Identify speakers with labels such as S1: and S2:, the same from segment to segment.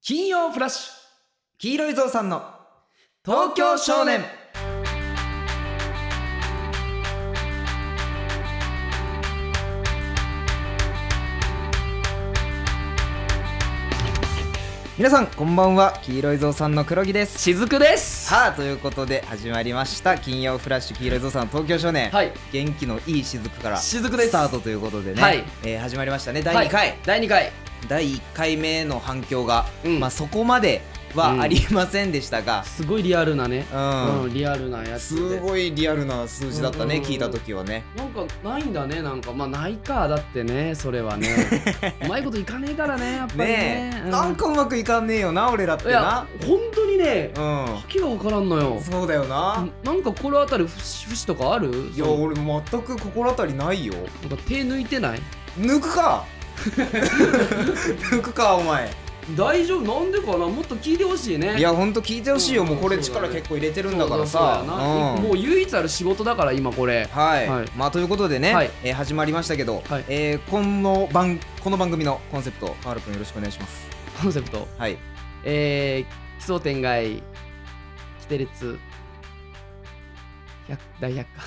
S1: 金曜フラッシュ黄色いぞうさんの東京少年皆さんこんばんは黄色いぞうさんの黒木です
S2: しずくです
S1: さあということで始まりました金曜フラッシュ黄色いぞうさんの東京少年、
S2: はい
S1: 元気のいいしずくから
S2: しずくです
S1: スタートということでね、
S2: はい
S1: えー始まりましたね第2回、
S2: はい第2回
S1: 第1回目の反響が、
S2: うん
S1: まあ、そこまではありませんでしたが、
S2: すごいリアルなね
S1: うん
S2: リアルなやつ
S1: す
S2: で
S1: ごいリアルな数字だったね、
S2: うん
S1: 聞いた時はね
S2: なんかないんだねなんかまあないかだってねそ れはねうまいこといかねえからねやっぱりね
S1: ねえ、
S2: う
S1: なんかうまくいかねえよな俺らって
S2: いや
S1: な
S2: 本当にね
S1: うん
S2: 気がわからんのよ
S1: そうだよな、
S2: なんか心当たる節節とかある
S1: いや
S2: その
S1: 俺全く心当たりないよ
S2: なんか手抜いてない
S1: 抜く か抜くかお前
S2: 大丈夫なんでかなもっと聞いてほしいね
S1: いやほんと聞いてほしいよ、
S2: うん
S1: もうこれ
S2: そうだね
S1: 力結構入れて
S2: そ
S1: る
S2: うんそ
S1: だ
S2: う
S1: から
S2: そ
S1: さ
S2: うやな
S1: うん
S2: もう唯一ある仕事だから今これ
S1: はい、
S2: はい
S1: まあということでね、
S2: はい
S1: えー始まりましたけど、
S2: はい
S1: えーこの番この番組のコンセプトカール君よろしくお願いします
S2: コンセプト
S1: はい
S2: えー、奇想天外、キテレツ、百大百科。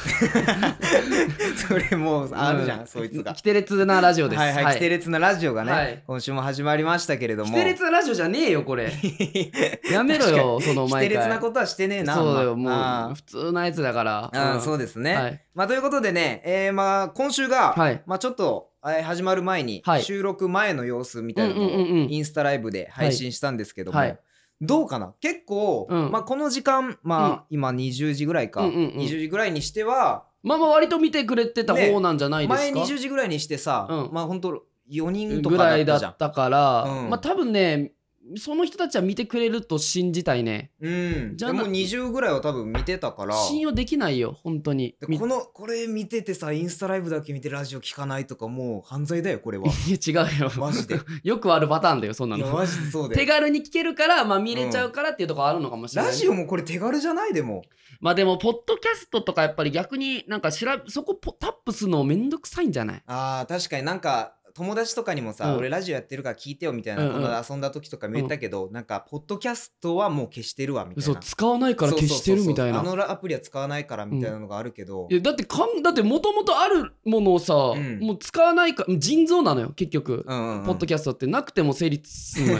S1: それもう あるじゃん、
S2: う
S1: そいつが
S2: キテレツなラジオです。
S1: はいはい、キテ
S2: レ
S1: レツなラジオがね、
S2: はい
S1: 今週も始まりましたけれども。
S2: ツなラジオじゃねえよ、これ。
S1: キ
S2: やめろよ、その前
S1: テレツなことはしてねえな。
S2: そうだよ、
S1: あんま
S2: もう、普通のやつだから。
S1: あーあー、
S2: ん
S1: そうですね。
S2: はい
S1: まあ、ということでね、えーまあ、今週が、
S2: はい
S1: まあ、ちょっと、えー始まる前に、
S2: はい
S1: 収録前の様子みたいなの
S2: うんうんうんう
S1: を
S2: ん
S1: インスタライブで配信したんですけども、
S2: はいはい
S1: どうかな結構、
S2: うん
S1: まあ、この時間、まあ
S2: うん
S1: 今20時ぐらいか、
S2: うんうんうん
S1: 20時ぐらいにしては
S2: まあまあ、割と見てくれてた方なんじゃないですか。
S1: 前20時ぐらいにしてさ、
S2: うん
S1: まあ本当4人と
S2: ぐ
S1: からだっ
S2: いだ
S1: たじゃん
S2: っ。たから、
S1: うん
S2: まあ多分ね、その人たちは見てくれると信じたいね。
S1: うん、で
S2: じゃあ
S1: も
S2: な
S1: 20ぐらいは多分見てたから
S2: 信用できないよ、本当に。
S1: で
S2: み
S1: このこれ見ててさインスタライブだけ見てラジオ聞かないとかもう犯罪だよ これは
S2: いや違うよ。
S1: マジで
S2: よくあるパターンだよ、そんない
S1: や
S2: の。
S1: マジでそうだ
S2: 手
S1: よ
S2: 軽に聞けるから、まあ、見れちゃうからっていうところあるのかもしれない、
S1: ラジオもこれ手軽じゃないでも
S2: まあでもポッドキャストとかやっぱり逆になんか調べそこポタップするのめんどくさいんじゃない
S1: あー確かになんか友達とかにもさ、
S2: うん
S1: 俺ラジオやってるから聞いてよみたいな、
S2: うんうん
S1: この遊んだ時とかも言ったけど、なんかポッドキャストはもう消してるわみたい
S2: 嘘
S1: な
S2: 使わないから消してるみたい
S1: そうそうそう
S2: な
S1: あのアプリは使わないからみたいなのがあるけど、
S2: いやだってかんだってもともとあるものをさ、
S1: ん
S2: もう使わないから腎臓なのよ結局、
S1: うんうんうん
S2: ポッドキャストってなくても成立するの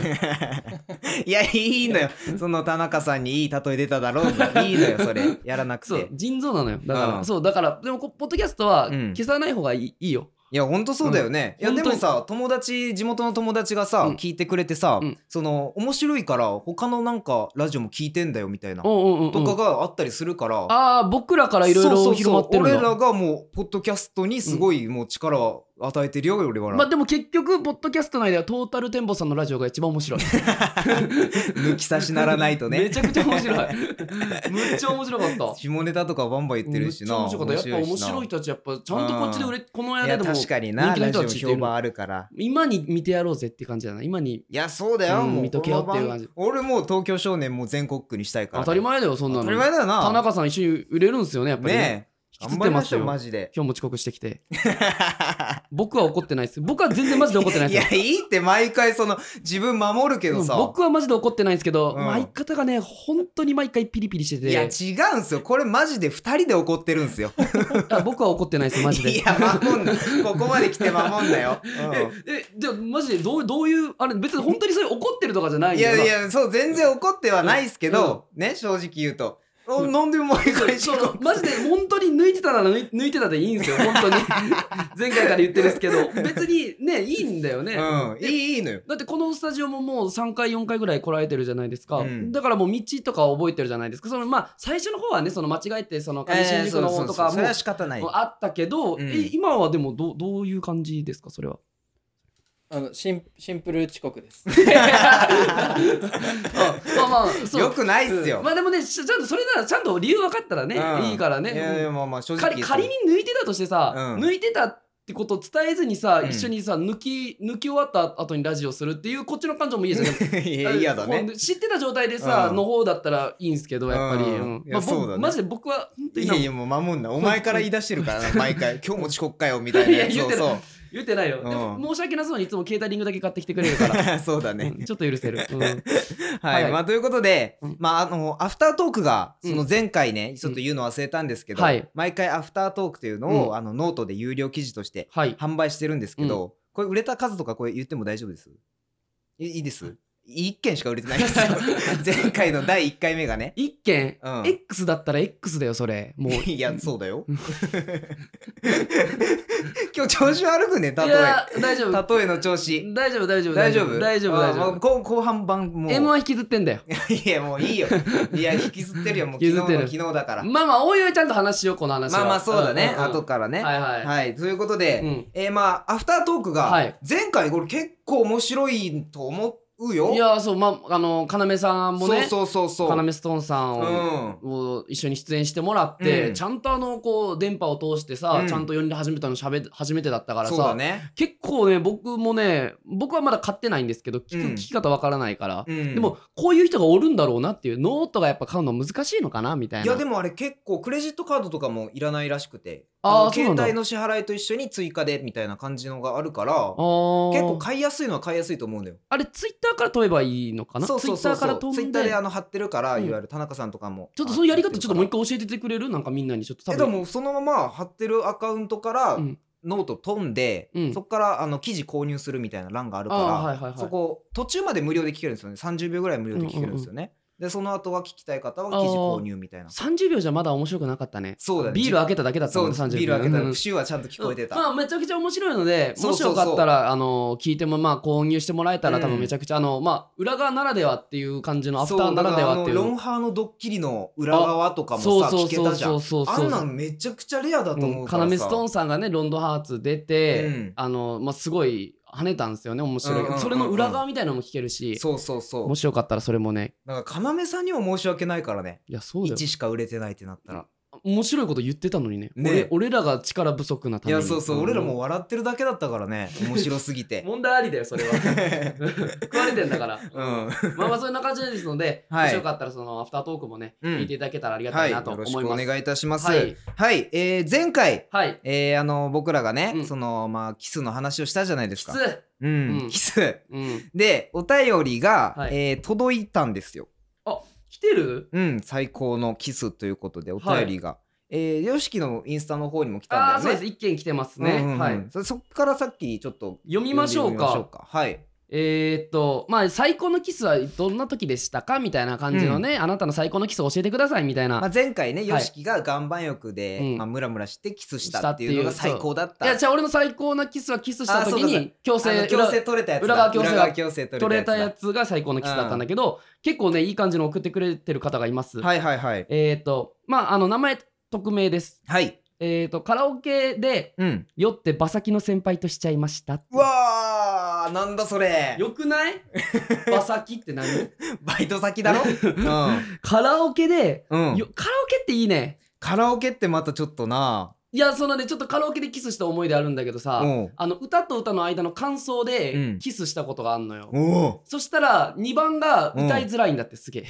S2: よ
S1: いやいい のよその田中さんにいい例え出ただろうがいいのよそれやらなく
S2: そう
S1: て
S2: 腎臓なのよだから、
S1: うん
S2: そうだからでもこポッドキャストは
S1: うん
S2: 消さない方がいい,、いいよ
S1: いやほんとそうだよね、
S2: うん
S1: いやでも
S2: ほ
S1: さ友達地元の友達がさ、
S2: うん
S1: 聞いてくれてさ、
S2: うん
S1: その面白いから他のなんかラジオも聞いてんだよみたいな、
S2: うんうんうんうん
S1: とかがあったりするから、
S2: ああ僕らからいろい
S1: そ
S2: ろ
S1: うそう
S2: 広
S1: そ
S2: ま
S1: う
S2: ってるんだ
S1: 俺らがもうポッドキャストにすごいもう力を与えてるよ俺は、
S2: まあでも結局ポッドキャスト内ではトータルテンボさんのラジオが一番面白い
S1: 抜き差しならないとね
S2: めちゃくちゃ面白いむっちゃ面白か った
S1: 下ネタとかバンバン言ってるしな
S2: めっちゃ面白かったやっぱ面白い
S1: 人
S2: 人たちやっぱちゃんとこっちで売れこの
S1: い
S2: 間
S1: や
S2: でも
S1: 確かにな
S2: 人気の
S1: ラジ
S2: 人
S1: オ
S2: たちってい
S1: 評
S2: うの
S1: 判あるから
S2: 今に見てやろうぜって感じだな今に
S1: いやそうだよ、
S2: うん
S1: もう
S2: 見とけよっていう感じ
S1: この番俺もう東京少年もう全国区にしたいから
S2: 当たり前だよそんな
S1: 当
S2: の
S1: たり前だよな
S2: 田中さん一緒に売れるんですよねやっぱりね
S1: ねえ
S2: 引きつってますよ
S1: 頑張りしょうマジで
S2: 今日も遅刻して きて僕は怒ってないです僕は全然マジで怒ってない
S1: い
S2: です
S1: やいいって毎回その自分守るけど
S2: うん
S1: さ、
S2: 僕はマジで怒ってないんですけど、
S1: うん
S2: 相方がね本当に毎回ピリピリして
S1: いや違
S2: て
S1: うんすよこれマジで2人で怒ってるんすよ
S2: あ僕は怒ってないですマジ で
S1: いや守んなここまで来て守んなよ、うん
S2: えじゃあマジでどうどういうあれ別に本当にそれ怒ってるとかじゃない
S1: い
S2: よな
S1: やいやそう全然怒ってはないっすけど、ね正直言うと、おなんで毎回
S2: そ
S1: 遅
S2: う
S1: 刻
S2: マジで本当に抜いてたなら抜い抜いてたでいい んですよ本当に前回から言ってるんですけど別にねいいんだよね、
S1: うんいいいいのよ
S2: だってこのスタジオももう3回4回ぐらい来られてるじゃないですか、
S1: うん
S2: だからもう道とか覚えてるじゃないですかそのまあ最初の方はねその間違えてその上新宿
S1: えーそう
S2: の方
S1: そ
S2: と
S1: うそ
S2: か
S1: うそ
S2: も
S1: れは仕方ない
S2: あったけど、
S1: うん
S2: え今はでもどうどういう感じですかそれは
S3: あのシンシンプル遅刻 です。
S2: あまあまあそう
S1: よくないっすよ、
S2: まあでもねちゃんとそれならちゃんと理由分かったらね、
S1: うん
S2: いいからね
S1: いやいやまあまあ正直
S2: 仮仮に抜いてたとしてさ、
S1: うん
S2: 抜いてたってことを伝えずにさ、
S1: うん
S2: 一緒にさ抜き抜き終わった後にラジオするっていうこっちの感情もいいじゃんでも
S1: いや嫌だ
S2: ほ
S1: ね
S2: ん知ってた状態でさ、
S1: うん
S2: の方だったらいいんすけどやっぱり、
S1: うん
S2: うん
S1: いや
S2: まあ僕
S1: そうだね
S2: マジで僕は本当
S1: い
S2: に
S1: やいやもう守んなお前から言い出してるからな毎回今日も遅刻かよみたいなやつ
S2: いや言っ
S1: を
S2: てる
S1: そう
S2: 言ってないよ、
S1: うん
S2: でも申し訳なそうにいつもケータリングだけ買ってきてくれるから、
S1: そうだ ね
S2: うん。ちょっと許せる、うん
S1: はい、
S2: はい
S1: まあということで、
S2: うん
S1: まああのアフタートークが
S2: うん
S1: その前回ね、ちょっと言うの忘れたんですけど、
S2: はい
S1: 毎回アフタートークというのを、
S2: うん
S1: あのノートで有料記事として
S2: はい
S1: 販売してるんですけど、これ売れた数とかこれ言っても大丈夫ですいいいです一件しか売れてないです よ前回の第1回目がね
S2: 一件、
S1: うん
S2: X だったら X だよそれもうい
S1: いやそうだよ 今日調子悪くね例え
S2: や大丈夫
S1: 例えの調子
S2: 大丈夫大丈夫
S1: 大丈夫
S2: 大丈夫大丈
S1: あまあ
S2: 夫
S1: こ後半版もう
S2: M は引きずってんだよ
S1: いやもういいよい や引きずってるよもう昨
S2: 引き
S1: 日
S2: ず
S1: の
S2: ってる
S1: 昨日だから
S2: まあまあおいおいちゃんと話しようこの話は
S1: まあまあそうだね、
S2: んんん
S1: 後からねは、
S2: はいいはい、
S1: ということで、
S2: うん
S1: えーまあアフタートーク
S2: は
S1: が
S2: い
S1: 前回これ結構面白いと思うよ、
S2: いやーそうまああの要さんもね
S1: そうそうそうそう
S2: 要ストーンさん
S1: う
S2: を,、
S1: ん
S2: を一緒に出演してもらって、
S1: うん
S2: ちゃんとあのこう電波を通してさ、
S1: うん
S2: ちゃんと呼んで始めたのしゃべ初めてだったから
S1: そ
S2: さ
S1: うだね
S2: 結構ね僕もね僕はまだ買ってないんですけど聞く、
S1: うん
S2: 聞き方わからないから、
S1: うん
S2: でもこういう人がおるんだろうなっていうノートがやっぱ買うの難しいのかなみたいない
S1: やでもあれ結構クレジットカードとかもいらないらしくて
S2: あー
S1: あの
S2: そう
S1: 携
S2: なんだ
S1: 帯の支払いと一緒に追加でみたいな感じのがあるから
S2: あー
S1: 結構買いやすいのは買いやすいと思うのよ
S2: あれツイッターから飛べばいいのかな
S1: そうそうそう
S2: ツイッターか
S1: そ
S2: ら
S1: う
S2: 飛ん
S1: ツ
S2: で
S1: イッターであの貼ってるから、
S2: うん
S1: いわゆる田中さんとかも
S2: ちょっとそのやり方ちょっともう一
S1: 回
S2: 回教えててくれるなんかみんなにちょっと多
S1: え
S2: 分
S1: でもそのまま貼ってるアカウントから、
S2: うん
S1: ノート飛んで、
S2: うん
S1: そこからあの記事購入するみたいな欄があるから、
S2: あーはいはいはい
S1: そこ途中まで無料で聞けるんですよね30秒ぐらい無料で聞けるんですよね、でその後は聞きたい方は記事購入みたいな
S2: 30秒じゃまだ面白くなかったね
S1: そうだね
S2: ビール開けただけだった
S1: そ
S2: も
S1: うん
S2: ね30秒
S1: ビール開けた
S2: う
S1: ら
S2: ん
S1: プシューはちゃんと聞こえてた、
S2: まあめちゃくちゃ面白いので
S1: そう
S2: もし
S1: そうそう
S2: よかったらあの聞いてもまあ購入してもらえたら多
S1: うん
S2: 分めちゃくちゃあのまあ裏側ならではっていう感じのアフターならではって
S1: そ
S2: い
S1: うだからあのロン
S2: う
S1: ハーのドッキリの裏側とかもさ聞けたじゃん
S2: そう
S1: あんなんめちゃくちゃレアだと思うからさ、
S2: 要ストーンさんがねロンドハーツ出て、
S1: うん
S2: あのまあ、すごい跳ねたんですよね面白い、
S1: うんうんうんうん
S2: それの裏側みたいなのも聞けるし
S1: そうそうそう
S2: もしよかったらそれもね
S1: だから要さんにも申し訳ないからね
S2: いやそうだよ
S1: 1しか売れてないってなったら、
S2: 面白いこと言ってたのにね
S1: ね
S2: 俺俺らが力不足なた
S1: い
S2: めに
S1: やそうそう、俺らもう笑ってるだけだったからね面白すぎて
S2: 問題ありだよそれは 食われてんだから、
S1: うん
S2: まあまあそんな感じですので、
S1: はい
S2: もしよかったらそのアフタートークもね、
S1: うん
S2: 聞いていただけたらありがた
S1: はいい
S2: なと
S1: よ
S2: 思
S1: ろ
S2: い
S1: し
S2: ま
S1: く
S2: す、
S1: お願いいたしますは
S2: はいい、
S1: えー前回
S2: はい
S1: えーあの僕らがね、
S2: うん
S1: そのまあキスの話をしたじゃないです
S2: き
S1: か
S2: つ、い
S1: うん
S2: うん
S1: キス
S2: うん、
S1: でお便りが、
S2: はい
S1: えー届いたんですよ
S2: 来てる
S1: うん、最高のキスということでお便りが、えー、ヨシキのインスタの方にも来
S2: あ
S1: た
S2: あ
S1: んだ
S2: ーそう
S1: よ
S2: で
S1: ね。
S2: す一件来てますね、
S1: ね、は
S2: はいい。
S1: そそっからさっきちょっと
S2: 読みましょう
S1: 読んでみま
S2: か
S1: はい。
S2: えー、っとまあ最高のキスはどんな時でしたかみたいな感じのね、あなたの最高のキスを教えてくださいみたいな、
S1: まあ前回ね、
S2: い
S1: ヨシキが岩盤浴で、
S2: うん
S1: まあムラムラしてキスしたっていうのが
S2: したっていう
S1: 最高だった。
S2: いやじゃあ俺の最高なキスはキスした時
S1: あそう
S2: に強
S1: あの
S2: 制
S1: 強制取れたやつだ。
S2: 裏側強制
S1: 裏側強制取
S2: 取
S1: れ
S2: れ
S1: た
S2: た
S1: や
S2: や
S1: つ
S2: つが最高のキスだったんだけど、結構ねいい感じの送ってくれてる方がいます、
S1: だ。はいはいはい。
S2: えー、っとまああの名前匿名です
S1: はい。
S2: えー、っとカラオケで
S1: うん。
S2: 酔って馬先の先輩としちゃいましたって
S1: うわー、なんだそれ。
S2: よく ない馬先って何
S1: バイト先だ ろ
S2: カラオケで、
S1: うん。うん
S2: よ。カラオケっていいね
S1: カラオケってまたちょっとない
S2: やそのねちょっとカラオケでキスした思い出あるんだけどさ、
S1: うん
S2: あの歌と歌の間の感
S1: う
S2: 想
S1: ん
S2: でキスしたことがあんのよ、
S1: おお
S2: そしたら2番が歌いづらいんだってすげ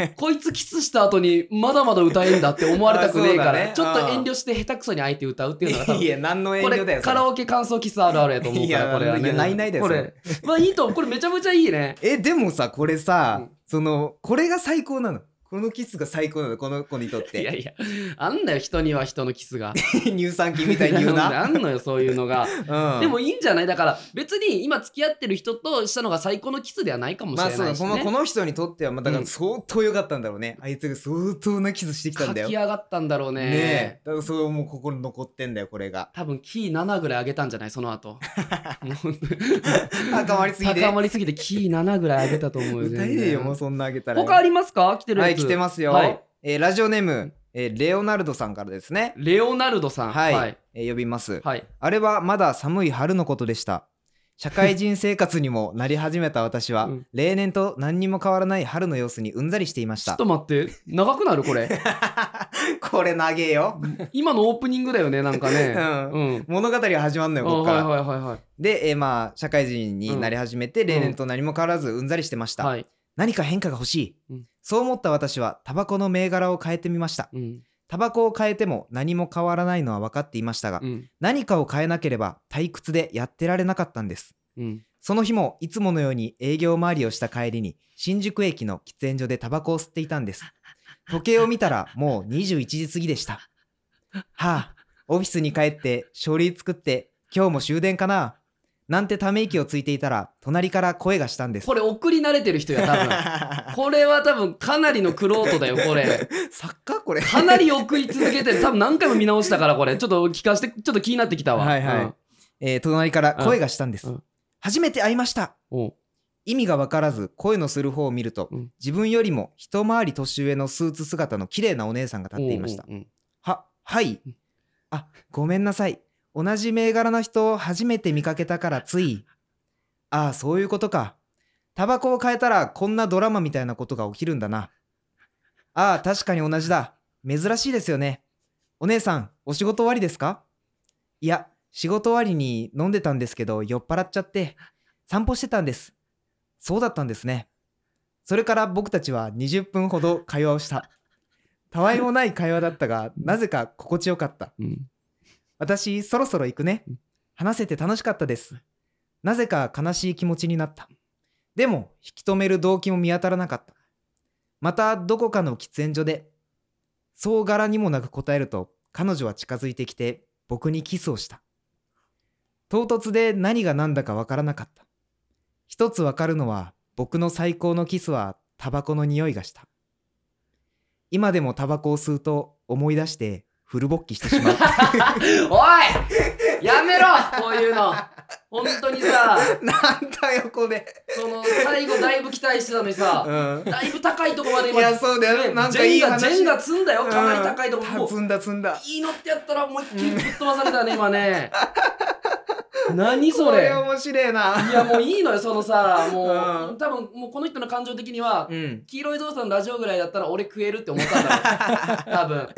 S2: え、 こいつキスした後にまだまだ歌えんだって思われたくねえか
S1: あ
S2: ら、
S1: そう
S2: ちょ
S1: だ
S2: っ
S1: ね
S2: と遠慮して下手くそに相手歌うっていうのが多
S1: い
S2: 分
S1: や、何の遠
S2: こ
S1: 慮だ
S2: れ
S1: よ。
S2: カラオケ感想キスあるあるやと思うか
S1: い
S2: ら
S1: や
S2: これはね
S1: いやないないだよ
S2: こ
S1: それ
S2: れまあいいと思うこれめちゃめちゃいいね
S1: えでもさこれさ、
S2: うん
S1: そのこれが最高なのこのキスが最高なのこの子にとっ
S2: いや
S1: て
S2: いやあんだよ人には人のキスが
S1: 乳酸菌みたいに言う な、
S2: あんのよそういうのが
S1: うん、
S2: でもいいんじゃないだから別に今付き合ってる人としたのが最高のキスではないかもし
S1: まあ
S2: れ
S1: そう
S2: ない
S1: だ
S2: し、
S1: こ
S2: ね
S1: のこの人にとってはまあだから
S2: うん
S1: 相当良かったんだろうね、あいつが相当なキスしてきたんだよ
S2: 書き上がったんだろうね
S1: ねえだからそれもう心に残ってんだよこれが
S2: 多分キー7ぐらい上げたんじゃないその後もう
S1: 高まりすぎで
S2: 高まりすぎてキー7ぐらい上げたと思うよ
S1: 歌え
S2: 全
S1: ねえ
S2: 然
S1: よもうそんなあげたら
S2: 他ありますか来てるやつ
S1: はい来てますよ、
S2: はい
S1: えーラジオネーム、えーレオナルドさんからですね
S2: レオナルドさん
S1: はい、
S2: はい、
S1: えー呼びます、
S2: はい
S1: あれはまだ寒い春のことでした。社会人生活にもなり始めた私は、
S2: うん
S1: 例年と何にも変わらない春の様子にうんざりしていまし
S2: ちょったと。待って長くなるこれ
S1: これ長えよ。
S2: 今のオープニングだよねなんかね
S1: うん
S2: うん
S1: 物語が始まんの
S2: あ
S1: よ、ここか
S2: はい
S1: ら。
S2: はいはいはい
S1: で、えーまあ、社会人になり始めて、例年と何も変わらずうんざりしてました。
S2: はい、
S1: 何か変化が欲しい。
S2: うん
S1: そう思った私は、タバコの銘柄を変えてみました。
S2: うん、
S1: タバコを変えても何も変わらないのは分かっていましたが、
S2: うん
S1: 何かを変えなければ退屈でやってられなかったんです。
S2: うん
S1: その日もいつものように営業回りをした帰りに新宿駅の喫煙所でタバコを吸っていたんです。時計を見たらもう21時過ぎでした。はあ、オフィスに帰って書類作って今日も終電かななんてため息をついていたら隣から声がしたんです。
S2: これ送り慣れてる人や 多分これは多分かなりのクロートだよこれ
S1: 作家これ。
S2: かなり送り続けてる多分何回も見直したからこれちょっと聞かせてちょっと気になってきたわ
S1: はいはい
S2: うん
S1: えー隣から声がしたんです
S2: うんうん。
S1: 初めて会いました。
S2: おう
S1: 意味が分からず声のする方を見ると、
S2: うん
S1: 自分よりも一回り年上のスーツ姿の綺麗なお姉さんが立っていました。
S2: うんうん
S1: ははい
S2: うん
S1: あごめんなさい同じ銘柄の人を初めて見かけたからついああそういうことかタバコを変えたらこんなドラマみたいなことが起きるんだなああ確かに同じだ珍しいですよねお姉さんお仕事終わりですかいや仕事終わりに飲んでたんですけど酔っ払っちゃって散歩してたんですそうだったんですねそれから僕たちは20分ほど会話をしたたわいもない会話だったがなぜか心地よかった
S2: うん
S1: 私そろそろ行くね
S2: うん
S1: 話せて楽しかったですなぜか悲しい気持ちになったでも引き止める動機も見当たらなかったまたどこかの喫煙所でそう柄にもなく答えると彼女は近づいてきて僕にキスをした唐突で何が何だかわからなかった一つわかるのは僕の最高のキスはタバコの匂いがした今でもタバコを吸うと思い出してフル勃起してしまう
S2: おいやめろこういうの本当にさ
S1: なんだよこれ。
S2: その最後だいぶ期待してたのに
S1: う
S2: さ
S1: ん。
S2: だいぶ高いとこまで
S1: い
S2: 今
S1: やそうだよ。なんかいい
S2: ジェンガ
S1: 話。
S2: ジェンガ積んだよ
S1: うん
S2: かなり高いとこもう
S1: 積んだ積んだ。
S2: いいのってやったら思いっきりぶっ飛ばされたね 今ね何そ
S1: こ
S2: れ
S1: 面白いな。
S2: いやもういいのよそのさもう、
S1: うん
S2: 多分もうこの人の感情的には、
S1: うん。
S2: 黄色いゾウさんのラジオぐらいだったら俺食えるって思ったん だろう多分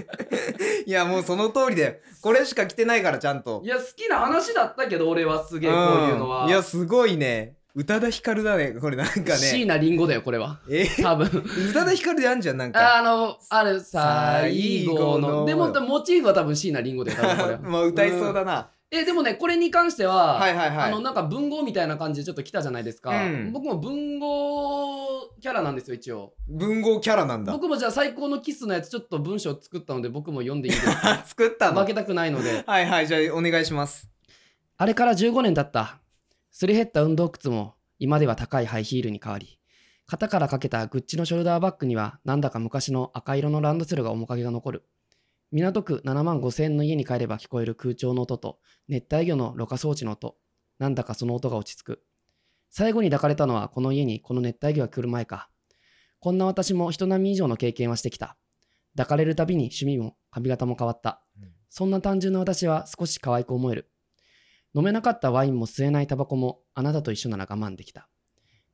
S1: いやもうその通りだよ。これしか着てないからちゃんと
S2: い。や好きな話だったけど俺はすげえこういうのは、
S1: んいやすごいね。宇多田ヒカルだね。これなんか
S2: 椎
S1: ね。
S2: 名林檎だよこれは
S1: え
S2: 多分
S1: 宇多田ヒカルであんじゃんなんか。
S2: あのある最
S1: 最
S2: 後
S1: 後
S2: の
S1: の
S2: でもモチーフは多分椎名林檎だよ多分 これは
S1: まあ歌いそうだな。
S2: えでもねこれに関しては、
S1: はいはいは
S2: あ
S1: い
S2: の。なんか文豪みたいな感じでちょっと来たじゃないですか、
S1: うん
S2: 僕も文豪キャラなんですよ一応
S1: 文豪キャラなんだ。
S2: 僕もじゃあ最高のキスのやつちょっと文章作ったので僕も読んでい いですか
S1: 作ったの
S2: 負。けたくないので
S1: はいはいじゃあお願いします。
S2: あれから15年経ったすり減った運動靴も今では高いハイヒールに変わり肩からかけたグッチのショルダーバッグにはなんだか昔の赤色のランドセルが面影が残る港区7万5千円の家に帰れば聞こえる空調の音と熱帯魚のろ過装置の音なんだかその音が落ち着く最後に抱かれたのはこの家にこの熱帯魚が来る前かこんな私も人並み以上の経験はしてきた抱かれるたびに趣味も髪型も変わったそんな単純な私は少し可愛く思える飲めなかったワインも吸えないタバコもあなたと一緒なら我慢できた。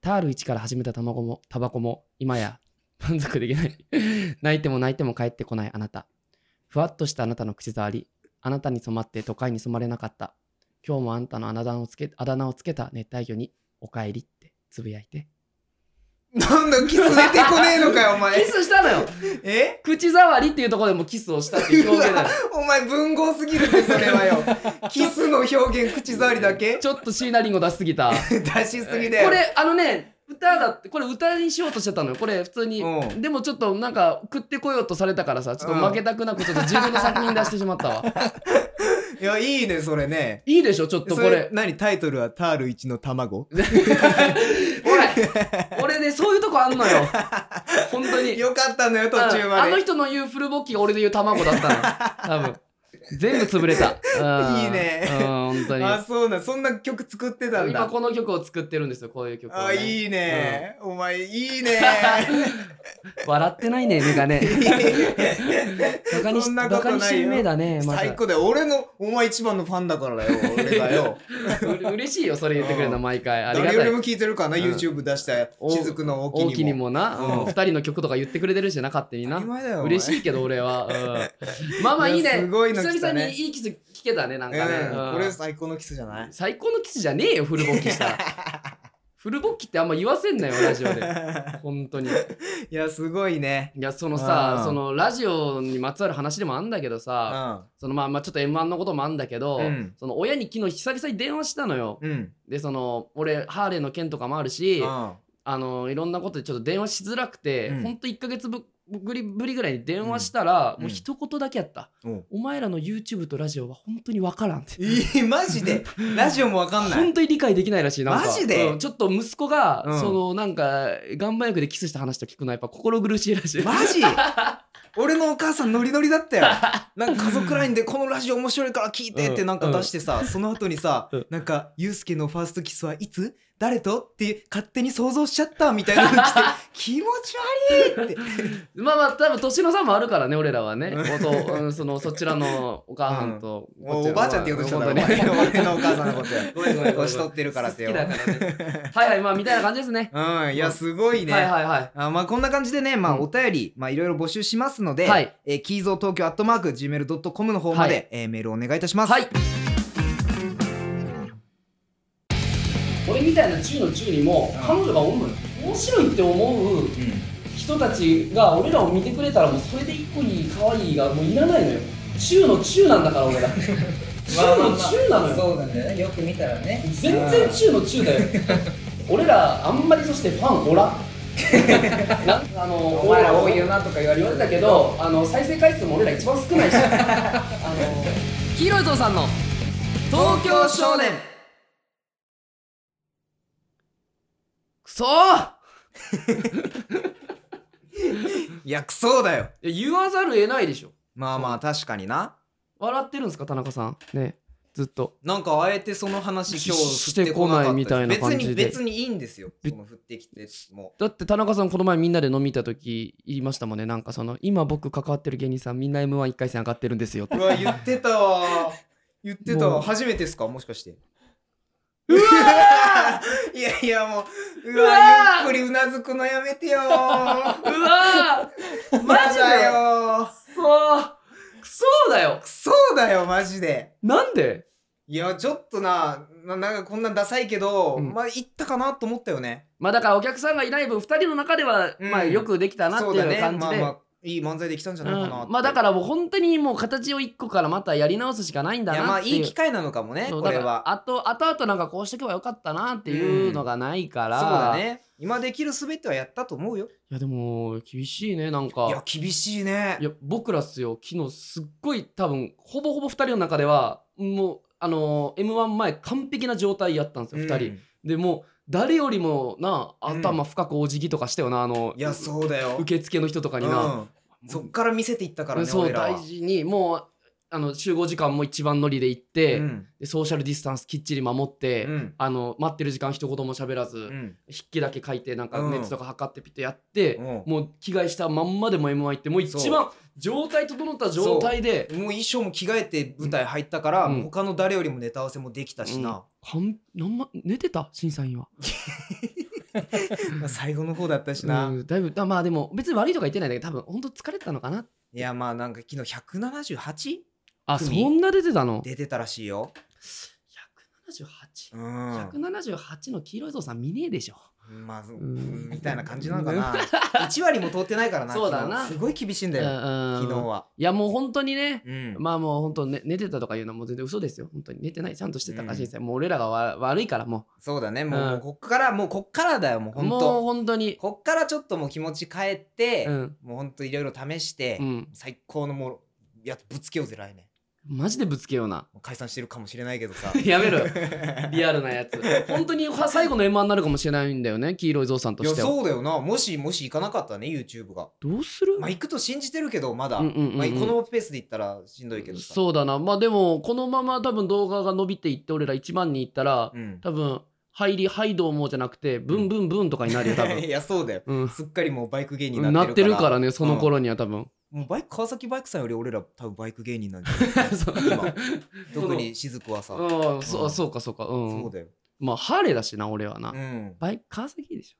S2: タール1から始めた卵もタバコも今や満足できない。泣いても泣いても帰ってこないあなた。ふわっとしたあなたの口触り。あなたに染まって都会に染まれなかった。今日もあんたのあだ名をつけあだ名をつけた熱帯魚におかえりってつぶやいて。
S1: なんだキス出てこねえのかよお前。
S2: スしたのよ
S1: え？
S2: 口触りっていうところでもキスをしたって
S1: いう表現だよお前文豪すぎるってそれは よキスの表現口触りだけ
S2: ちょっと椎名林檎出しすぎた。
S1: 出しすぎだよ
S2: これあのね歌だってこれ歌にしようとしてたのよこれ普通に
S1: うん
S2: でもちょっとなんか食ってこようとされたからさちょっと
S1: うん
S2: 負けたくなくちょっと自分の作品出してしまったわ
S1: いやいいねそれね
S2: いいでしょちょっと
S1: そ
S2: こ
S1: れ
S2: れ
S1: 何タイトルは「タール1の卵
S2: お い俺ねそういうとこあんのよ本当」 に
S1: よかったんだよ途中
S2: うんあ
S1: ま
S2: の
S1: で
S2: 人の言うフルボッキが俺で言う卵だった のよ多分全部潰れたうん
S1: いいね
S2: うん本当に
S1: あそうなんそんな曲作ってたん
S2: 今
S1: だ
S2: この曲を作ってるんですよこういう曲をね、
S1: あいいね、お前い いね
S2: 笑ってないね目がね バカにし
S1: そんな
S2: バ
S1: ことないよ
S2: カにしてる目だねまだ
S1: 最高だよ俺のお前一番のファンだからだよ俺がよ
S2: う嬉しいよそれ言ってくれるの毎回 ありが
S1: 誰よ
S2: たい
S1: りも聞いてるからな、
S2: うん
S1: YouTube 出した雫の
S2: 大
S1: 大
S2: き
S1: き
S2: に
S1: にも
S2: もな
S1: うん
S2: うん二人の曲とか言ってくれてるしな勝手に
S1: 当た
S2: な
S1: り前だよお前
S2: 嬉しいけど俺はうんまあまあいい
S1: い
S2: ね
S1: やすごいの
S2: 久
S1: 来た
S2: 々
S1: ね
S2: にいいキス聞けたねなんかね
S1: うん
S2: うん
S1: これ最高のキスじゃない
S2: 最高のキスじゃねえよフルボッキしたフル勃起ってあんま言わせんなよラジ オで本当にい
S1: いやすごいね
S2: やそのさ
S1: うん
S2: そのラジオにまつわる話でもあんだけどさそのまあまあちょっと m 1のこともあんだけど、
S1: うん
S2: その親に昨日久々に電話したのよ、
S1: うんうん
S2: でその俺ハーレーの件とかもあるし、
S1: うん
S2: あのいろんなことでちょっと電話しづらくて、
S1: うん
S2: ほんと1ヶ月ぶぶりぶりぐらいに電話したら、
S1: うん
S2: もう一言だけやった、
S1: おう
S2: お前らの YouTube とラジオは本当に分からん」って。
S1: いいマジ でラジオもわかんない
S2: 本当に理解できないらしいなんか
S1: マジで
S2: うんちょっと息子が、
S1: うん
S2: そのなんか岩盤浴でキスした話と聞くのはやっぱ心苦しいらしい、
S1: マジ 俺のお母さんノリノリだったよなんか家族ラインでこのラジオ面白いから聞いてってなんか出してさ、その後にさ、
S2: うん
S1: なんかユうスケのファーストキスはいつ誰とって勝手に想像しちゃったみたいなの 来て気持ち悪いって
S2: まあまあ多分年の差もあるからね俺らはねおと、うん、そのそちらのお母さんと、
S1: も
S2: こっ
S1: う
S2: ちの
S1: おばあちゃんって言おうとしただろ
S2: 本当
S1: 俺
S2: に
S1: の俺のお母さんのこと
S2: ごめんごめんごめん
S1: 年取ってるからってよ
S2: 好きだからねはいはいまあみたいな感じですね
S1: うんいやすごいね、
S2: はいはいはい
S1: あまあこんな感じでね、まあ、
S2: うん
S1: お便り、まあ、いろいろ募集しますので、
S2: はい
S1: えー、キーゾー東京アットマーク Gmail.com の方まで、
S2: はい
S1: えーメールお願いいたします、
S2: はい俺みたいな中の中にも
S1: うん
S2: 彼女がおるのよ面白いって思う
S1: うん
S2: 人たちが俺らを見てくれたらもうそれで一個いい可愛いがもういらないのよ中の中なんだか ら俺ら中の中なのよ
S4: そうなんだよねよく見たらね
S2: 全然中の 中だよ俺らあんまりそしてファンおらんなんあの
S4: お前ら多い
S2: よ
S4: よなとか言われ
S2: 言
S4: て
S2: われ
S4: た
S2: たけ
S4: けど
S2: どあの再生回数も俺ら一番少 ないしあの黄色いぞさんの東京少年くそー
S1: いやクソだよ
S2: いや言わざる得ないでしょ
S1: まあまあ確かにな
S2: 笑ってるんですか田中さんねずっと
S1: なんかあえてその話今日
S2: し
S1: 振ってこなかったです
S2: してこないみたいな感じで
S1: 別に別にいいんですよ
S2: べ
S1: その振ってきても
S2: だって田中さんこの前みんなで飲みに行った時言いましたもんねなんかその今僕関わってる芸人さんみんな m 1 1回戦上がってるんですよって
S1: うわ言ってたわ 言ってた
S2: も
S1: わ
S2: う
S1: 初めてですかもしかして
S2: うわ
S1: いやいやもうう
S2: うわ
S1: わゆっくりうなずくのやめてよ
S2: うわーマジ
S1: やだ
S2: だよ
S1: よ
S2: くそーくそーだよ
S1: クソだよマジで
S2: なんで
S1: いやちょっとなななんかこんなんダサいけど、
S2: うん
S1: まあ言ったかなと思ったよね
S2: まあだからお客さんがいない分2人の中では、
S1: うん
S2: まあよくできたなって
S1: そ
S2: いう
S1: だね
S2: う感じ
S1: まあ
S2: で、
S1: まあいい漫才できたんじゃないかなって、
S2: うんまあだからもう本当にもう形を1個からまたやり直すしかないんだ
S1: いやま
S2: な
S1: あ
S2: って
S1: い
S2: いう
S1: い機会なのかもね
S2: そう
S1: こ
S2: だか
S1: れ
S2: ら
S1: は
S2: あと後々なんかこうしとけばよかったなっていうのがないから、
S1: そうだね今できるすべてはやったと思うよ
S2: いやでも厳しいねなん
S1: い
S2: か
S1: や厳しいね
S2: いや僕らっすよ昨日すっごい多分ほぼほぼ2人の中ではもうあの m 1前完璧な状態やったんですよ、2人でもう誰よりもな頭深くお辞儀とかしたよなあの
S1: うんいやそうだよ
S2: 受付の人とかに
S1: う
S2: な、
S1: んそっから見せていったからね
S2: そう
S1: 俺らは
S2: 大事にもうあの集合時間も一番乗りで行って、
S1: うん
S2: でソーシャルディスタンスきっちり守って、
S1: うん
S2: あの待ってる時間一言も喋らず、
S1: うん
S2: 筆記だけ書いてなんか
S1: うん
S2: 熱とか測ってピッてやって、
S1: うん
S2: もう着替えしたまんまでも m 1行ってもう一番状態整った状態で
S1: もう衣装も着替えて舞台入ったから、
S2: うん
S1: 他の誰よりもネタ合わせもできたしな、
S2: 半何万寝てた審査員は、
S1: まあ最後の方だったしな、
S2: うん、だいぶだまあでも別に悪いとか言ってないんだけど多分本当疲れてたのかない
S1: やまあなんか昨日 178?
S2: あそ
S1: 組
S2: んな出てたの
S1: 出てたらしいよ、
S2: 178
S1: う、ん、
S2: 178の黄色いぞうさん見ねえでしょ
S1: まあ、
S2: ん
S1: みたいな感じなのかな1 割も通ってないからな
S2: そうだな
S1: 昨日すごい厳しいんだよ、
S2: 昨
S1: 昨日はい
S2: やもう本当にね、
S1: うん
S2: まあもう本当、ね、寝てたとか言うのはもう全然嘘ですよ本当に寝てないちゃんとしてた
S1: う
S2: か
S1: ん
S2: 審査員もう俺らがわ悪いからも
S1: そうだねもう,、
S2: うん
S1: もうこっからもうこっからだよもう
S2: う
S1: ほん
S2: もう
S1: と
S2: 本当に
S1: こっからちょっともう気持ち変えて、
S2: うん
S1: もうほんといろいろ試して、
S2: うん
S1: 最高のもうやつぶつけようぜ来年
S2: マジでぶつけような
S1: もう解散してるかもしれないけどさ
S2: や めろよリアルなやつ本当には最後の m 1になるかもしれないんだよね黄色いぞうさんと
S1: いや
S2: しては
S1: そうだよなもしもし行かなかったらね YouTube が
S2: どうする、
S1: まあ行くと信じてるけどまだ、
S2: うんうんうんうん
S1: まあ、このペースで行ったらしんどいけどさ
S2: そうだなまあでもこのまま多分動画が伸びていって俺ら1万人いったら、
S1: うん
S2: 多分入り「はいどうも」じゃなくて「ブンブンブン」とかになるよ多
S1: い
S2: 分、
S1: やそうだよ
S2: うん、
S1: すっかりもうバイク芸人に
S2: な
S1: な
S2: っ
S1: ってて
S2: る
S1: る
S2: か
S1: から
S2: らねその頃には 多分、
S1: もうバイク川崎バイクさんより俺ら多分バイク芸人なんじ ゃない
S2: そう
S1: 今特に雫はさ、
S2: うんそううんそうかそうかうん
S1: そうだよ
S2: まあハーレーだしな俺はな、
S1: うん
S2: バイク川崎でしょ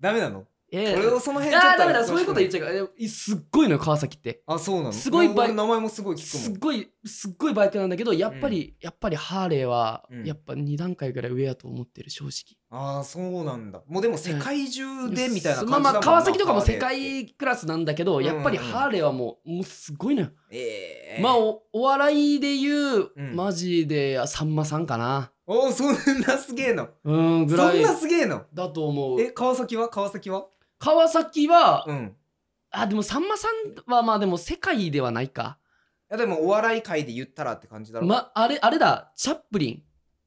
S1: ダメなの
S2: え
S1: 俺をその辺
S2: ああーダメ
S1: や
S2: だ
S1: やこ
S2: そう
S1: し
S2: い
S1: く
S2: うこ
S1: な
S2: と言っちゃうからえすっごいのよ川崎って
S1: あそうなの
S2: すごい
S1: 俺
S2: バイ
S1: 名前もすごい聞く
S2: すっ
S1: もん
S2: ごいすっごいバイクなんだけどやっぱり、やっぱりハーレーは、
S1: うん
S2: やっぱ2段階ぐらい上やと思ってる正直
S1: ああそうなんだもうでも世界中でみたいな感じだもんな、
S2: まあまあ川崎とかも世
S1: カーレーって
S2: 界クラスなんだけ
S1: んう
S2: ど
S1: んうん
S2: やっぱりハーレーはもうもうすごいのよ、
S1: ええ
S2: まあおお笑いで言う、
S1: うん
S2: マジであさんまさんかな
S1: おおそんなすげえの
S2: うん
S1: そ
S2: ぐ
S1: ん
S2: らい
S1: なすげえの
S2: だと思う
S1: え川崎は川崎は
S2: 川崎は、
S1: うん
S2: あでもさんまさんはまあでも世界ではないか
S1: いやでもお笑い界で言ったらって感じだろ、
S2: まあれあれだチャップリ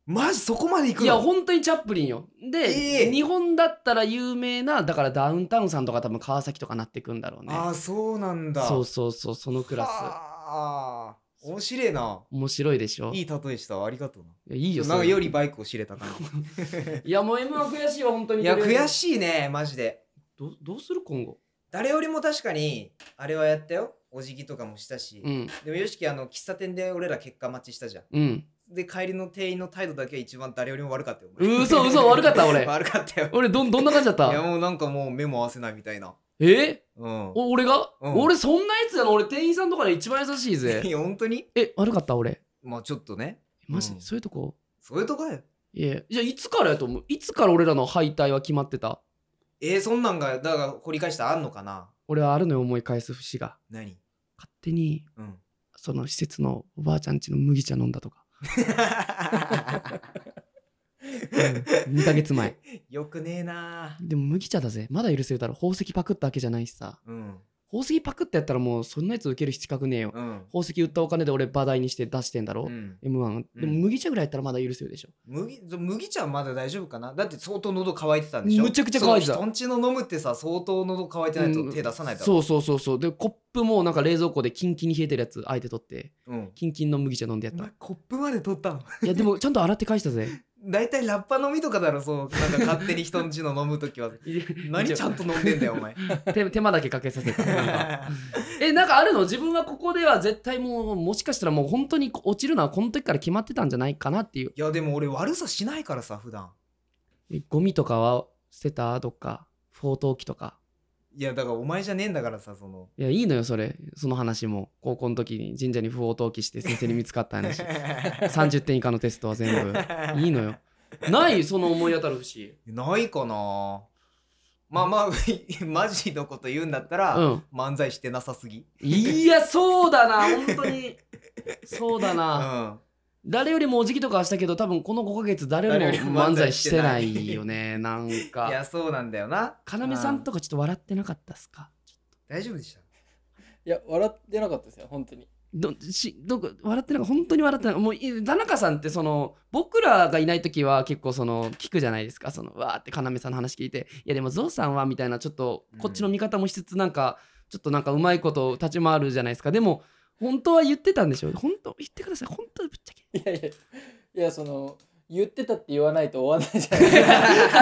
S1: マジそこまで行く
S2: ン
S1: の
S2: いや本当にチャップリンよで、
S1: ええ
S2: 日本だったら有名なだからダウンタウンさんとか多分川崎とかなってくんだろうね
S1: ああそうなんだ
S2: そうそうそうそのクラス
S1: ああ面白いな
S2: 面白いでしょ
S1: い
S2: い
S1: い例えしたわありがとうな
S2: やいいよ
S1: なん
S2: そ
S1: か
S2: れ
S1: よりバイクを知れた感
S2: いやもう M は悔しいよ本当
S1: じ
S2: に
S1: いや悔
S2: い
S1: しいねマジで
S2: どうどうする今後
S1: 誰よりも確かにあれはやったよお辞儀とかもしたし、
S2: うん
S1: でもよしきあの喫茶店で俺ら結果待ちしたじゃん
S2: うん
S1: で帰りの店員の態度だけは一番誰よりも悪かったよお前
S2: 嘘嘘悪かった俺
S1: 悪かったよ
S2: 俺どんどんな感じだっ
S1: いや
S2: た
S1: もうなんかもう目も合わせないみたいな
S2: え
S1: うん
S2: お俺が、
S1: うん
S2: 俺そんなやつやの俺店員さんとかで一番優しい
S1: い
S2: ぜ
S1: や本当に
S2: え悪かった俺
S1: まあちょっとね
S2: マジ、
S1: うん
S2: そういうとこ
S1: そういうとこだよ
S2: いやじゃあいつからやと思ういつから俺らの敗退は決まってた
S1: えー、そんなんがだから掘り返したらあんのかな
S2: 俺はあるのよ思い返す節が
S1: 何
S2: 勝手に
S1: うん
S2: その施設のおばあちゃんちの麦茶飲んだとか、2ヶ月前
S1: よくねえな
S2: でも麦茶だぜまだ許せるだろ宝石パクったわけじゃないしさ
S1: うん
S2: 宝石パクってやったらもうそんなやつ受ける資格ねえよ、
S1: うん
S2: 宝石売ったお金で俺場代にして出してんだろ、
S1: うん、
S2: M1 でも
S1: うん
S2: 麦茶ぐらいやったらまだ許せるでしょ、
S1: 麦麦茶はまだ大丈夫かなだって相当喉乾いてたんでしょ
S2: むちゃくちゃ乾いてた
S1: その人んちの飲むってさ相当喉乾いてないと手出さないだろ、
S2: そうそうそうそうでコップもなんか冷蔵庫でキンキンに冷えてるやつあえて取って
S1: うんうん、
S2: キンキンの麦茶飲んでやっ
S1: お
S2: た
S1: 前コップまで取ったの
S2: いやでもちゃんと洗って返したぜ
S1: 大体ラッパ飲みとかだろそうなんか勝手に人んちの飲む時は 何ちゃんと飲んでんだよお 前
S2: 手手間だけかけさせたなん かえなんかあるの自分はここでは絶対もうもしかしたらもう本当に落ちるのはこの時から決まってたんじゃないかなってい
S1: い
S2: う
S1: やでも俺悪さしないからさ普段
S2: えゴミとかは捨てたどっか不法投棄とか
S1: いやだからお前じゃねえんだからさそ の
S2: いやいいのよそれその話も高校の時に神社に不法投棄して先生に見つかった 話30点以下のテストは全部いいのよないその思い当たる節
S1: ないかなまあま あマジのこと言うんだったら、
S2: うん
S1: 漫才してなさすぎ
S2: いやそうだな本当にそうだ
S1: う
S2: な、
S1: ん
S2: 誰よりもお辞儀とかはしたけど多分この5ヶ月誰よりも漫才してないよねなん
S1: い
S2: か
S1: やそうなんだよな
S2: 要さんとかちょっと笑ってなかったっすか
S1: うん大丈夫でした
S3: いや笑ってなかったですよ本当に
S2: どしどこ笑ってなんか本当に笑ってなんかもうい田中さんってその僕らがいない時は結構その聞くじゃないですかそのわーって要さんの話聞いていやでもゾウさんはみたいなちょっとこっちの見方もしつつなんか、ちょっとなんかうまいこと立ち回るじゃないですかでも本当は言ってたんでしょ本当言ってください本当ぶっちゃけ
S3: いやいやいやその言ってたって言わないと終わらないじ ゃないですか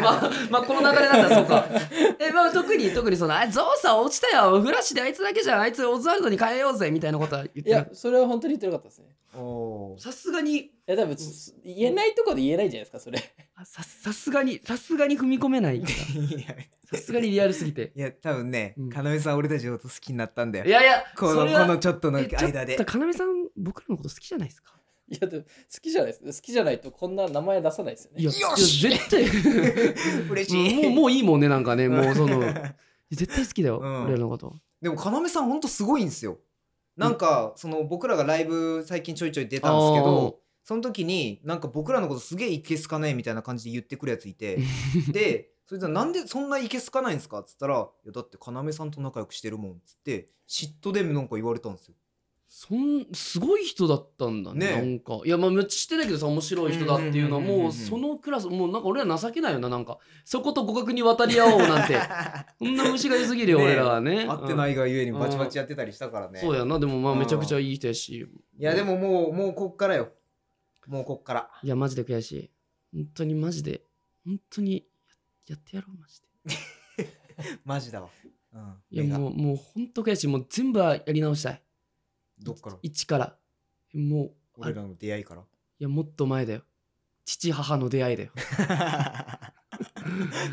S2: まあ、まあこの流れなんだそうか え、まあ、特に特にその「あゾウさん落ちたよフラッシュであいつだけじゃんあいつオズワルドに変えようぜ」みたいなことは言っ
S3: い
S2: てな
S3: や
S2: い
S3: それは本当に言ってなかったですね
S1: おー
S2: さすがに
S3: いや多分す言えないとこで言えないじゃないですかそれ
S2: あささすがにさすがに踏み込めないから
S1: いや
S2: さすがにリアルすぎて
S1: いや多分ね
S2: うん
S1: 要さん俺たちのこと好きになったんだよ
S2: いやいや
S1: こ
S2: そ
S1: の
S2: れは
S1: このちょっとの
S2: えちょっと
S1: 間で
S2: 要さん僕らのこと好きじゃないですか
S3: いやでも好きじゃないです好きじゃないとこんな名前出さないですよね
S2: いや
S1: よし
S2: いや絶対
S1: 嬉しい
S2: もうもういいもんねなんかねもう その
S1: で
S2: 絶対好きだよ、
S1: うん
S2: 俺らのこと
S1: も要さんほんとすごいんですよなんかその僕らがライブ最近ちょいちょい出たんですけどその時になんか僕らのことすげえいけすかねえみたいな感じで言ってくるやついてでそれじゃなんでそんないけすかないんですかっつったら「いやだって要さんと仲良くしてるもん」っつって嫉妬でなんか言われたんですよ。
S2: そんすごい人だったんだね
S1: ねえ
S2: なんかいやまあめっちゃ知ってたけどさ面白い人だっていうのは
S1: うんうんうんうんうん
S2: もうそのクラスもうなんか俺ら情けないよななんかそこと互角に渡り合おうな んてそんな虫がいすぎるよ
S1: ねえ
S2: 俺らはね
S1: 会って
S2: い、
S1: ないがゆえにバチバチやってたりしたから
S2: うん
S1: ね。
S2: そう
S1: い
S2: やなでもまあめちゃくちゃいい人やし、
S1: やでももうもうこっからよ。もうこっから。
S2: いや、マジで悔しい。本当にマジで。本当にややってやろう、マジで。
S1: マジだわ。うん、
S2: いや、も
S1: う
S2: う、もう本当悔しい。もう全部はやり直したい。
S1: どっから
S2: 一から。もう、あ
S1: 俺
S2: い
S1: らの出会いから。
S2: や、もっと前だよ。父、母の出会いだよ。。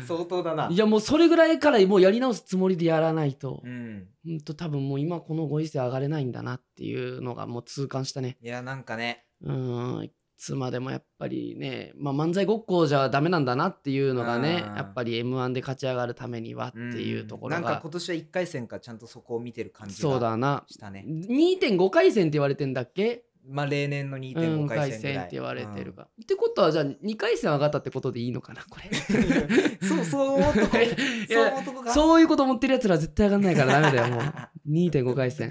S1: 相当だない
S2: やもうそれぐらいからもうやり直すつもりでやらないと
S1: う、ん。
S2: うんと多分もう今このご時世上がれないんだなっていうのがもう痛感したね。
S1: いや、なんかね。
S2: うん、いつまでもやっぱりね、まあ、漫才ごっこじゃダメなんだなっていうのがね、
S1: うん
S2: やっぱり m 1で勝ち上がるためにはっていうところ
S1: うんなんか
S2: が、
S1: 今年は1回戦からちゃんとそこを見てる感じ
S2: そう
S1: が
S2: だな。
S1: したね。
S2: 2.5回戦って言われてんだっけ
S1: まあ例年の
S2: うん
S1: 2.5
S2: 回
S1: 回戦ぐらい。
S2: 戦って言われてるか。ってことはじゃあ2回戦上がったってことでいいのかなこれ。
S1: うん。そう、そう男。そう
S2: いや
S1: 男が。
S2: そういうこと思ってるやつら絶対上がんないからダメだよもう。2.5回戦。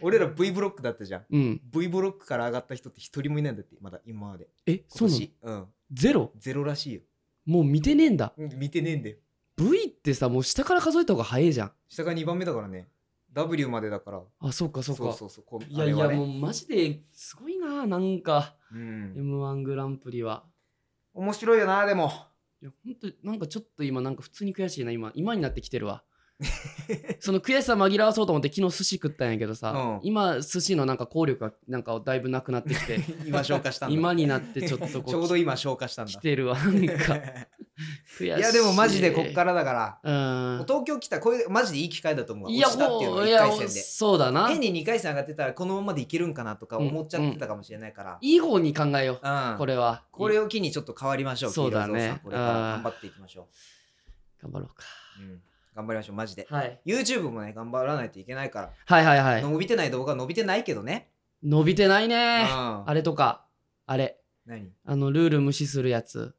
S1: 俺ら V ブロックだったじゃん。
S2: うん。
S1: V ブロックから上がった人って一人もいないんだって、まだ今まで。
S2: え、そう
S1: 今
S2: なの
S1: 年。うん。
S2: ゼロ
S1: ゼロらしいよ。
S2: もう見てねえんだ。
S1: うん見てねえんだよ。
S2: V ってさ、もう下から数えた方が早いじゃん。
S1: 下が2番目だからね。W までだから。
S2: あ、そうかそう
S1: そう
S2: か。
S1: そうそう。こう
S2: いやいや、もうマジですごいな、なんか、
S1: う。うん。
S2: m 1グランプリは。
S1: 面白いよな、でも。
S2: いや、ほんと、なんかちょっと今、なんか普通に悔しいな、今、今になってきて るわ。その悔しさ紛らわそうと思って、昨日寿司食ったんやけどさ、
S1: うん
S2: 今、寿司のなんか効力が、なんかだいぶなくなってきて、
S1: 今消化したんだ。
S2: 今になってちょっとこう、
S1: ちょうど今消化したんだ
S2: 来。てるわ、なん か、悔しい。、
S1: いやでもマジでこっかららだから、
S2: うん。
S1: 東京来たこれマジでいい機会だと思う。
S2: いや、
S1: 落ちたっていうの
S2: も
S1: は
S2: う、い
S1: 1
S2: や
S1: 回、戦で。
S2: そうだな。
S1: 変に2回戦上がってたらこのままでいけるんかなとか思っちゃってたかもしれないから、
S2: いい方に考えよ
S1: うん
S2: う、これは。
S1: これを機にちょっと変わりましょう
S2: そうだね
S1: 黄色いゾウさんこれから
S2: う
S1: 頑
S2: ん
S1: 張っていきましょ
S2: 頑張ろうか。
S1: う、うん、頑張りましょうマジで
S2: はい。
S1: YouTube もね頑張らないといけないから、
S2: はいはいはい。
S1: 伸びてない動画は伸びてないけどね、
S2: 伸びてないね
S1: うん
S2: あれとかあれ
S1: 何
S2: あのルール無視する やつ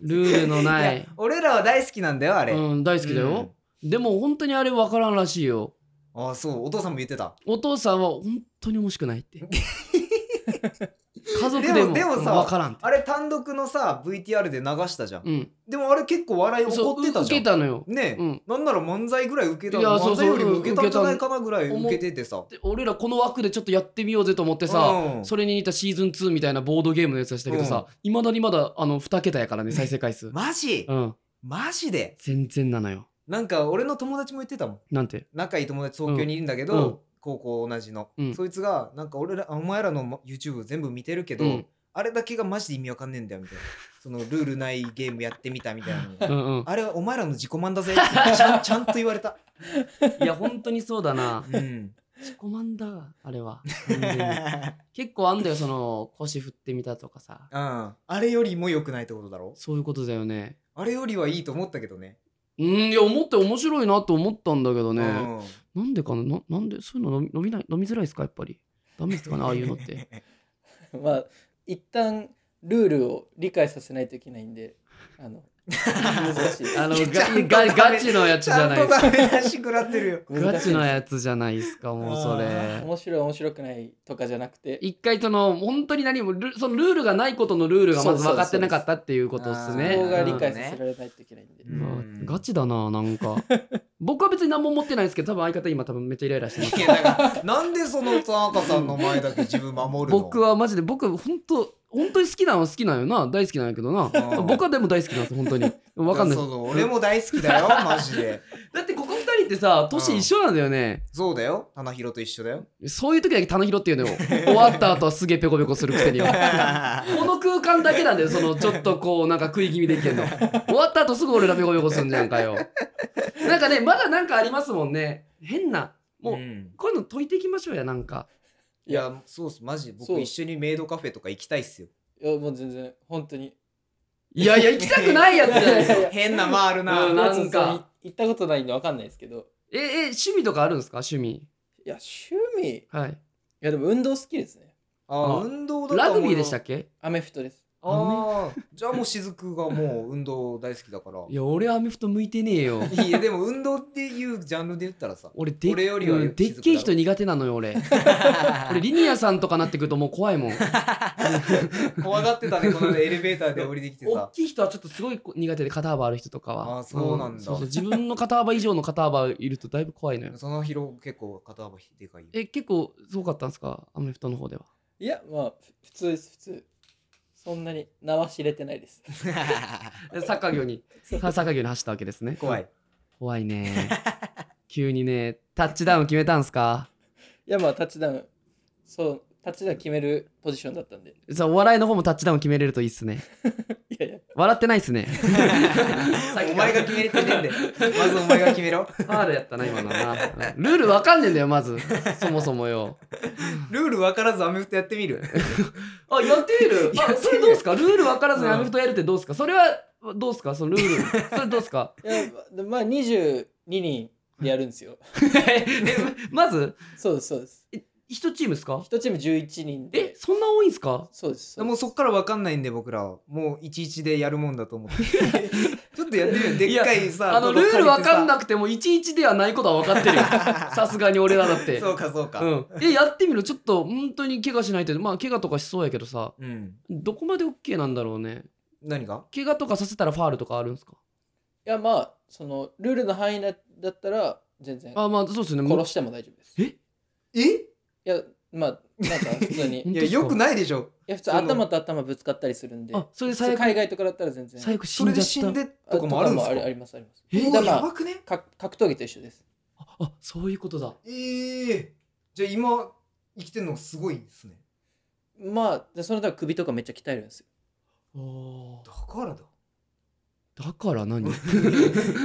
S2: ルールのない
S1: や俺らは大好きなんだよあれ、
S2: うん、大好きだよ、でも本当にあれ分からんらしいよ
S1: うん、ああそうお父さんも言ってた
S2: お父さんは本当に面白くないって 家族で
S1: で
S2: も
S1: もでもさ
S2: 分からんって
S1: あれ単独のさ VTR で流したじゃん、
S2: うん
S1: でもあれ結構笑い起
S2: そう
S1: こってた
S2: 受
S1: じゃ
S2: け
S1: ん
S2: たのよ、
S1: ねえ、
S2: うん
S1: なんなら漫才ぐらい受けた
S2: いやそう
S1: 漫
S2: そう
S1: 才よりも受けたんじゃないかなぐらい
S2: 受けた
S1: 受けててさ
S2: で俺らこの枠でちょっとやってみようぜと思ってさ、
S1: うん
S2: それに似たシーズン2みたいなボードゲームのやつでしたけどさいま、未だにまだあの2桁やからね再生回数、
S1: マジ、
S2: うん
S1: マジで
S2: 全然なのよ
S1: なんか俺の友達も言ってたもん
S2: なんて
S1: 仲いい友達東京にいるんだけど、
S2: うん
S1: 高校同じの、
S2: うん
S1: そいつがなんか俺らあお前らの YouTube 全部見てるけど、
S2: うん
S1: あれだけがマジで意味わかんねえんだよみ たいなそのルールないゲームやってみたみたいなの
S2: うんうん
S1: あれはお前らの自己満だぜってちゃんちゃんと言われた、
S2: いや本当にそうだな
S1: うん、
S2: 自己満だわあれは完全 に結構あんだよその腰振ってみたとかさ
S1: うん、あれよりも良くないってことだろ
S2: そういうことだよね
S1: あれよりはいいと思ったけどね。
S2: うんいや思って面白いなと思ったんだけど
S1: う
S2: ね、
S1: ん
S2: なんでかなななんでそういうの飲み飲みない飲みづらいですかやっぱりダメですかねああいうのって
S3: まあ一旦ルールを理解させないといけないんであの難しい
S2: あの
S1: いやちゃんと
S2: ガガ
S1: ダメ
S2: ガチのや
S1: ち
S2: つじゃ
S1: ゃ
S2: なんいで
S1: と
S2: すか
S1: ダメ出し食らってるよ。
S2: ガチの
S3: い
S2: やつじゃないですかもうそ
S1: あ
S2: れ
S3: 面白い面白くないとかじゃなくて
S2: 一回その本当に何もルそのルールがないことのルールがまず分かってなかったっていうことですね
S1: そ
S3: そこ
S1: う
S3: が
S1: です
S3: 理
S1: そう
S3: 解させられないといけないんで、
S1: う
S2: うん
S1: ん
S2: うわガチだななんか僕は別に何も持ってないんですけど多分相方今多分めっちゃイライラしてます
S1: いやだからなんでその田中さんの前だけ自分守るの
S2: 僕はマジで僕本当本当に好きなのは好きなんよな大好きなんやけどな
S1: うん
S2: 僕はでも大好きなんです本当に分かんない
S1: そ
S2: です
S1: の俺も大好きだ よ、マジで。
S2: だってここ二人ってさ年一緒なんだよね
S1: そうだよ、棚広と一緒だよ。
S2: そういう時だけ棚拾っていうのよ終わった後はすげえペコペコするくせにはこの空間だけなんだよそのちょっとこうなんか食い気味でいけんの終わった後すぐ俺らペコペコすんじゃんかよなんかねまだなんかありますもんね変なもう、
S1: うん
S2: こういうの解いていきましょうやなんか
S1: いや、そうっす、マジで
S3: そ
S1: 僕
S3: う
S1: 一緒にメイドカフェとか行きたいっすよ。
S3: いやもう全然本当に
S2: いやいや行きたくないやつじゃないですか
S1: 変な回るな。
S2: うん
S1: な
S2: なんか
S3: 行ったことないんでわかんないですけど
S2: ええ趣味とかあるんですか趣味
S3: いや趣味い
S2: はい
S3: やでも運動好きですね
S1: あ運動だ
S2: ラグビーでした
S1: け
S2: っけ
S3: アメフトです
S1: ああ、じゃあもう雫がもう運動大好きだから。
S2: いや俺アメフト向いてね えよ
S1: いやでも運動っていうジャンルで言った らさ
S2: 俺でっ
S1: 俺よりは
S2: う
S1: よ
S2: んでっけえ人苦手なのよ俺俺リニアさんとかなってくるともう怖い もん
S1: 怖がってたねこの間エレベーターで降りてきて
S2: 大
S1: さ
S2: きい人はちょっとすごい苦手で肩幅ある人とかは
S1: あーそうなんだ
S2: そうそう自分の肩幅以上の肩幅いるとだいぶ怖い のよ
S1: その広結構肩幅でかいよ
S2: え結構すごかったんですかアメフトの 方ではい
S3: やまあふ普通です普通そんなに名は知れてないです
S2: えサッカー業にサッカー業に走ったわけですね
S1: 怖い
S2: 怖いね急にねタッチダウン決めたんすか
S3: いやまあタッチダウンそうタッチダウン決めるポジションだったんで
S2: そうお笑いの方もタッチダウン決めれるといいっすね
S3: いやいや
S2: 笑ってないっす ね。
S1: お前が決めれてねえんでまずお前が決めろ
S2: ファールやったな、今のな。ルールわかんねえんだよ、まず。そもそもよ。
S1: ルール分からずアメフトやってみ る
S2: あ、やってみる
S1: やってみ
S2: あ、
S1: る
S2: それどうすかルールわからずにアメフトやるってどうすかそれはどうすかそのルール。それどうす か
S3: いやまあ22人でやるんですよ
S2: えまず、
S3: そうですそうです
S2: 一チームですか
S3: 一チーム11人
S2: え
S3: で、
S2: そんな多いんすか
S3: そうですそう
S1: も
S3: で
S1: うそっから分かんないんで僕らはもういちいちでやるもんだと思って ちょっとやってみようでっかいさ
S2: あの、ルールわかんなくても、いちいちではないことは分かって るよ。さすがに俺らだっ
S1: く
S2: て。
S1: そうかそうか
S2: うん、えやってみろちょっと本当に怪我しないとまあ怪我とかしそうやけどさ
S1: うん、
S2: どこまで OK なんだろうね
S1: 何が
S2: 怪我とかさせたらファールとかあるんですか
S3: いやまあそのルールの範囲だだったら全然
S2: あまあそうですね
S3: 殺しても大丈夫です
S2: え
S3: い
S1: え
S3: やまあなんか普通にい
S1: いやよくないでしょ
S3: や普通
S1: その
S3: 頭と頭ぶつかったりするんで
S2: あそれで
S3: 普
S2: 最
S3: 通
S2: 悪
S3: 海外とかだったら全然
S2: 最悪死
S1: そ
S2: ん
S1: れ
S2: じ
S1: で
S2: ゃ
S1: 死ん
S2: った
S1: でとかもあるんですか
S3: とありますあります
S2: え
S1: お
S3: だ
S1: ー
S3: から
S1: やばくね
S3: か格闘技と一緒です
S2: ああそういうことだ
S1: ええじゃあ今生きてんのすごいですね
S3: まあでそのため首とかめっちゃ鍛えるんですよ
S2: おー
S1: だからだ
S2: だから何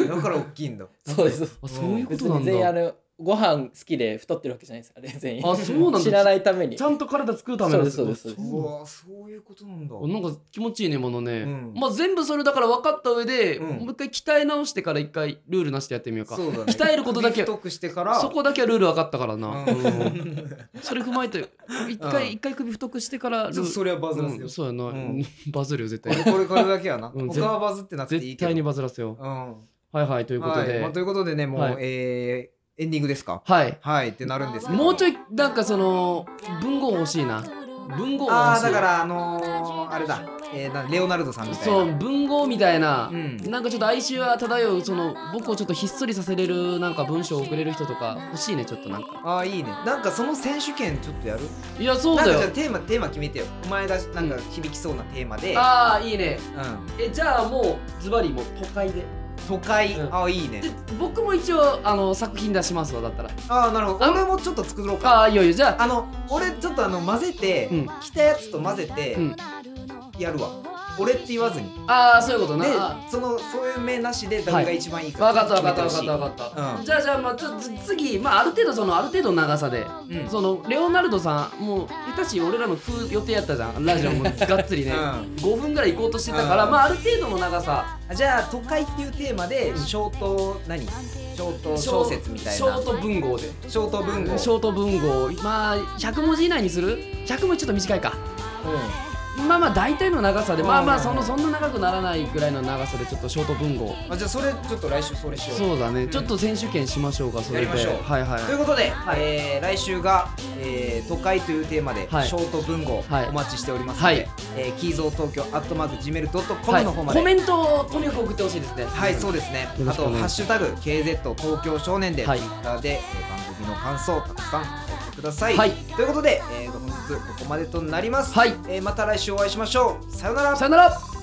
S1: だから大きいんだ
S3: そうです
S2: あそういうこ
S3: 別
S2: とな
S3: に
S2: ん
S3: 全員あ
S2: だ
S3: のご飯好きで太ってるわけじゃないですあれ全員
S2: あそうなん
S3: 知らな
S2: だ
S3: いために
S2: ちゃんと体作るための
S3: そうですそう
S2: あ
S3: ですそう
S2: なんだ
S1: わそういうことなんだ
S2: なんか気持ちいいね今のね、
S1: うん
S2: まあ全部それだから分かった上で、
S1: うん
S2: もう一回鍛え直してから一回ルールなしでやってみようか
S1: そうだね
S2: 鍛えることだけ
S1: 首太くしてから
S2: そこだけはルール分かったからな、
S1: うん
S2: うんそれ踏まえて一
S1: う
S2: 回
S1: ん
S2: 一回首太くしてからル
S1: ちょっと
S2: ー
S1: それはバズらせ
S2: ル、う
S1: よ
S2: ん、そうやな、
S1: うん
S2: バズるよ絶
S1: これ
S2: 対
S1: これこれだけはな、
S2: うん
S1: 他はバズってなくていい
S2: 絶
S1: けど
S2: 対にバズらせよう
S1: うん
S2: はいはいということ
S1: はい
S2: で
S1: まあ、ということでねもう、
S2: はい
S1: えーエンディングですか
S2: はい
S1: はいってなるんですけど
S2: もうちょいなんかその文豪欲しいな文豪が
S1: ああ
S2: 欲しい
S1: だからあのー、あれだ、えーなレオナルドさんみたいな
S2: そう文豪みたいな、
S1: うん
S2: なんかちょっと哀愁は漂うその僕をちょっとひっそりさせれるなんか文章をくれる人とか欲しいねちょっとなんか
S1: ああいいねなんかその選手権ちょっとやる
S2: いやそう
S1: なん
S2: だ
S1: かじゃあ
S2: よ
S1: テーマテーマ決めてよお前がなんか響きそうなテーマで、うん、
S2: ああいいねえじゃあもうズバリもう都会で
S1: 都会、
S2: うん
S1: ああいいね
S2: で僕も一応あの作品出しますわだったら
S1: ああなるほど
S2: あ
S1: 俺もちょっと作ろうか
S2: ああいいよいいよじゃあ
S1: あの俺ちょっとあの混ぜて、
S2: うん
S1: 着たやつと混ぜて、
S2: うん
S1: やるわ俺って言わずにで
S2: ああそういうことなあ
S1: そのそういう目なしで誰が一番いい
S2: ー
S1: か
S2: わかったわ
S1: 決
S2: か
S1: め
S2: ってた
S1: ほ
S2: わ
S1: し
S2: か
S1: い
S2: ったわかった、
S1: うん
S2: じゃあじゃあまあちょっと次まあある程度そのある程度の長さで
S1: うん
S2: そのレオナルドさんもう下手し俺らの食う予定やったじゃんラジ オもがっつりね、
S1: うん
S2: 5分ぐらい行こうとしてたから、
S1: うん
S2: まあある程度の長さ
S1: あじゃあ都会っていうテーマでショート何ショート小説みたい
S2: シ
S1: な
S2: ョート文豪で
S1: ショート文豪
S2: ショート文豪まあ100文字以内にする100文字ちょっと短いかまあまあ大体の長さで
S1: うん
S2: まあまあそのそんな長くならないぐらいの長さでちょっとショート文豪
S1: うんあじゃあそれちょっと来週それしよう
S2: そうだねちょっと選手権しましょうかそれで
S1: やりましょう
S2: はいはい
S1: ということで、えー来週が、えー都会というテーマで、
S2: はい
S1: ショート文豪
S2: はい
S1: お待ちしておりますので、
S2: はい
S1: えーキーゾー東京アットマーク Gmail.com
S2: はい
S1: の方まで、
S2: コメントをとにかく送ってほしいですね
S1: はい、そうですね。
S2: よろ
S1: あ
S2: しく
S1: と
S2: お願いします
S1: ハッシュタグ KZ 東京少年で、
S2: はい
S1: Twitter で、えー番組の感想をたくさんお送ってください。
S2: はい
S1: ということで、えー本日ここまでとなります。
S2: はい
S1: えーまた来週お会いしましょう。さようなら
S2: さ。よなら